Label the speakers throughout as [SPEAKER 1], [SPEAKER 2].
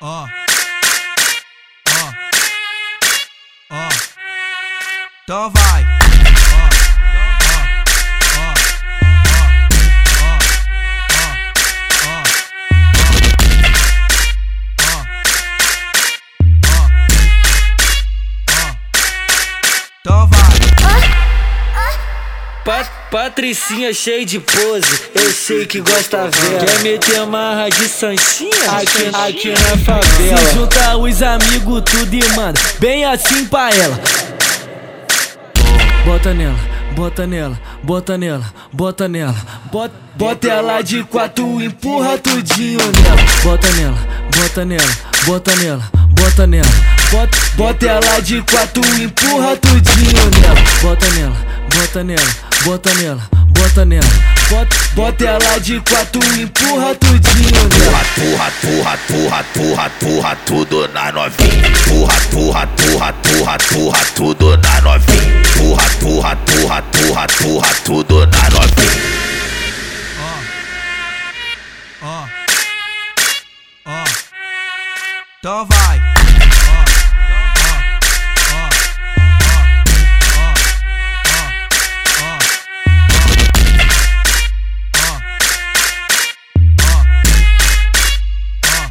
[SPEAKER 1] ó. Ó. Ó. Então vai. Ó. Ó. Ó. Ó. Ó. Ó. Ó. Ó. Ó. Então vai.
[SPEAKER 2] Pa- Patricinha cheia de pose, eu sei que gosta dela. Quer meter marra de santinha? Aqui, aqui na favela. Se junta os amigos tudo e manda, bem assim pra ela. Bota nela, bota nela, bota nela, bota nela. Bota, bota ela de quatro, empurra tudinho nela. Bota nela, bota nela, bota nela, bota nela. Bota, bota ela de quatro, empurra tudinho nela. Bota nela, bota nela, bota nela, bota nela. Bota, bota ela de quatro, empurra tudinho nela.
[SPEAKER 3] Turra, turra, turra, turra, turra, tudo na novinha. Turra, turra, turra, turra, turra, tudo na novinha. Turra, turra, turra, turra, turra, tudo na novinha.
[SPEAKER 1] Ó. Ó. Ó. Então vai. Ó. Ó. Ó. Ó. Ó. Ó. Ó. Ó. Ó. Ó.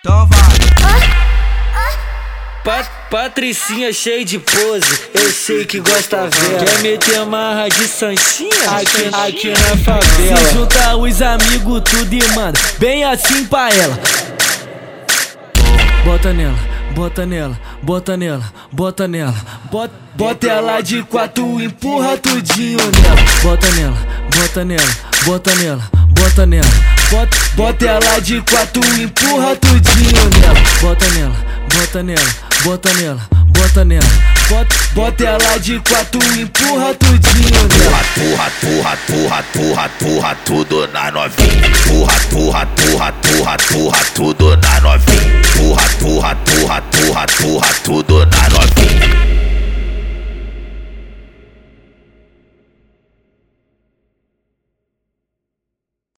[SPEAKER 1] Então vai.
[SPEAKER 2] Pa- Patricinha cheia de pose, eu sei que gosta dela. Quer meter marra de santinha? Aqui, aqui na favela. Se junta os amigos tudo e manda, bem assim pra ela. Bota nela, bota nela, bota nela, bota nela. Bota, bota ela de quatro, empurra tudinho nela. Bota nela, bota nela, bota nela, bota nela. Bota, bota ela de quatro, empurra tudinho nela. Bota nela, bota nela, bota nela, bota nela. Bota, bota ela de quatro, empurra tudinho nela.
[SPEAKER 3] Turra, turra, turra, turra, turra, turra, tudo na novinha. Turra, turra, turra, turra, turra, tudo na novinha. Turra, turra, turra, turra, turra, tudo na novinha.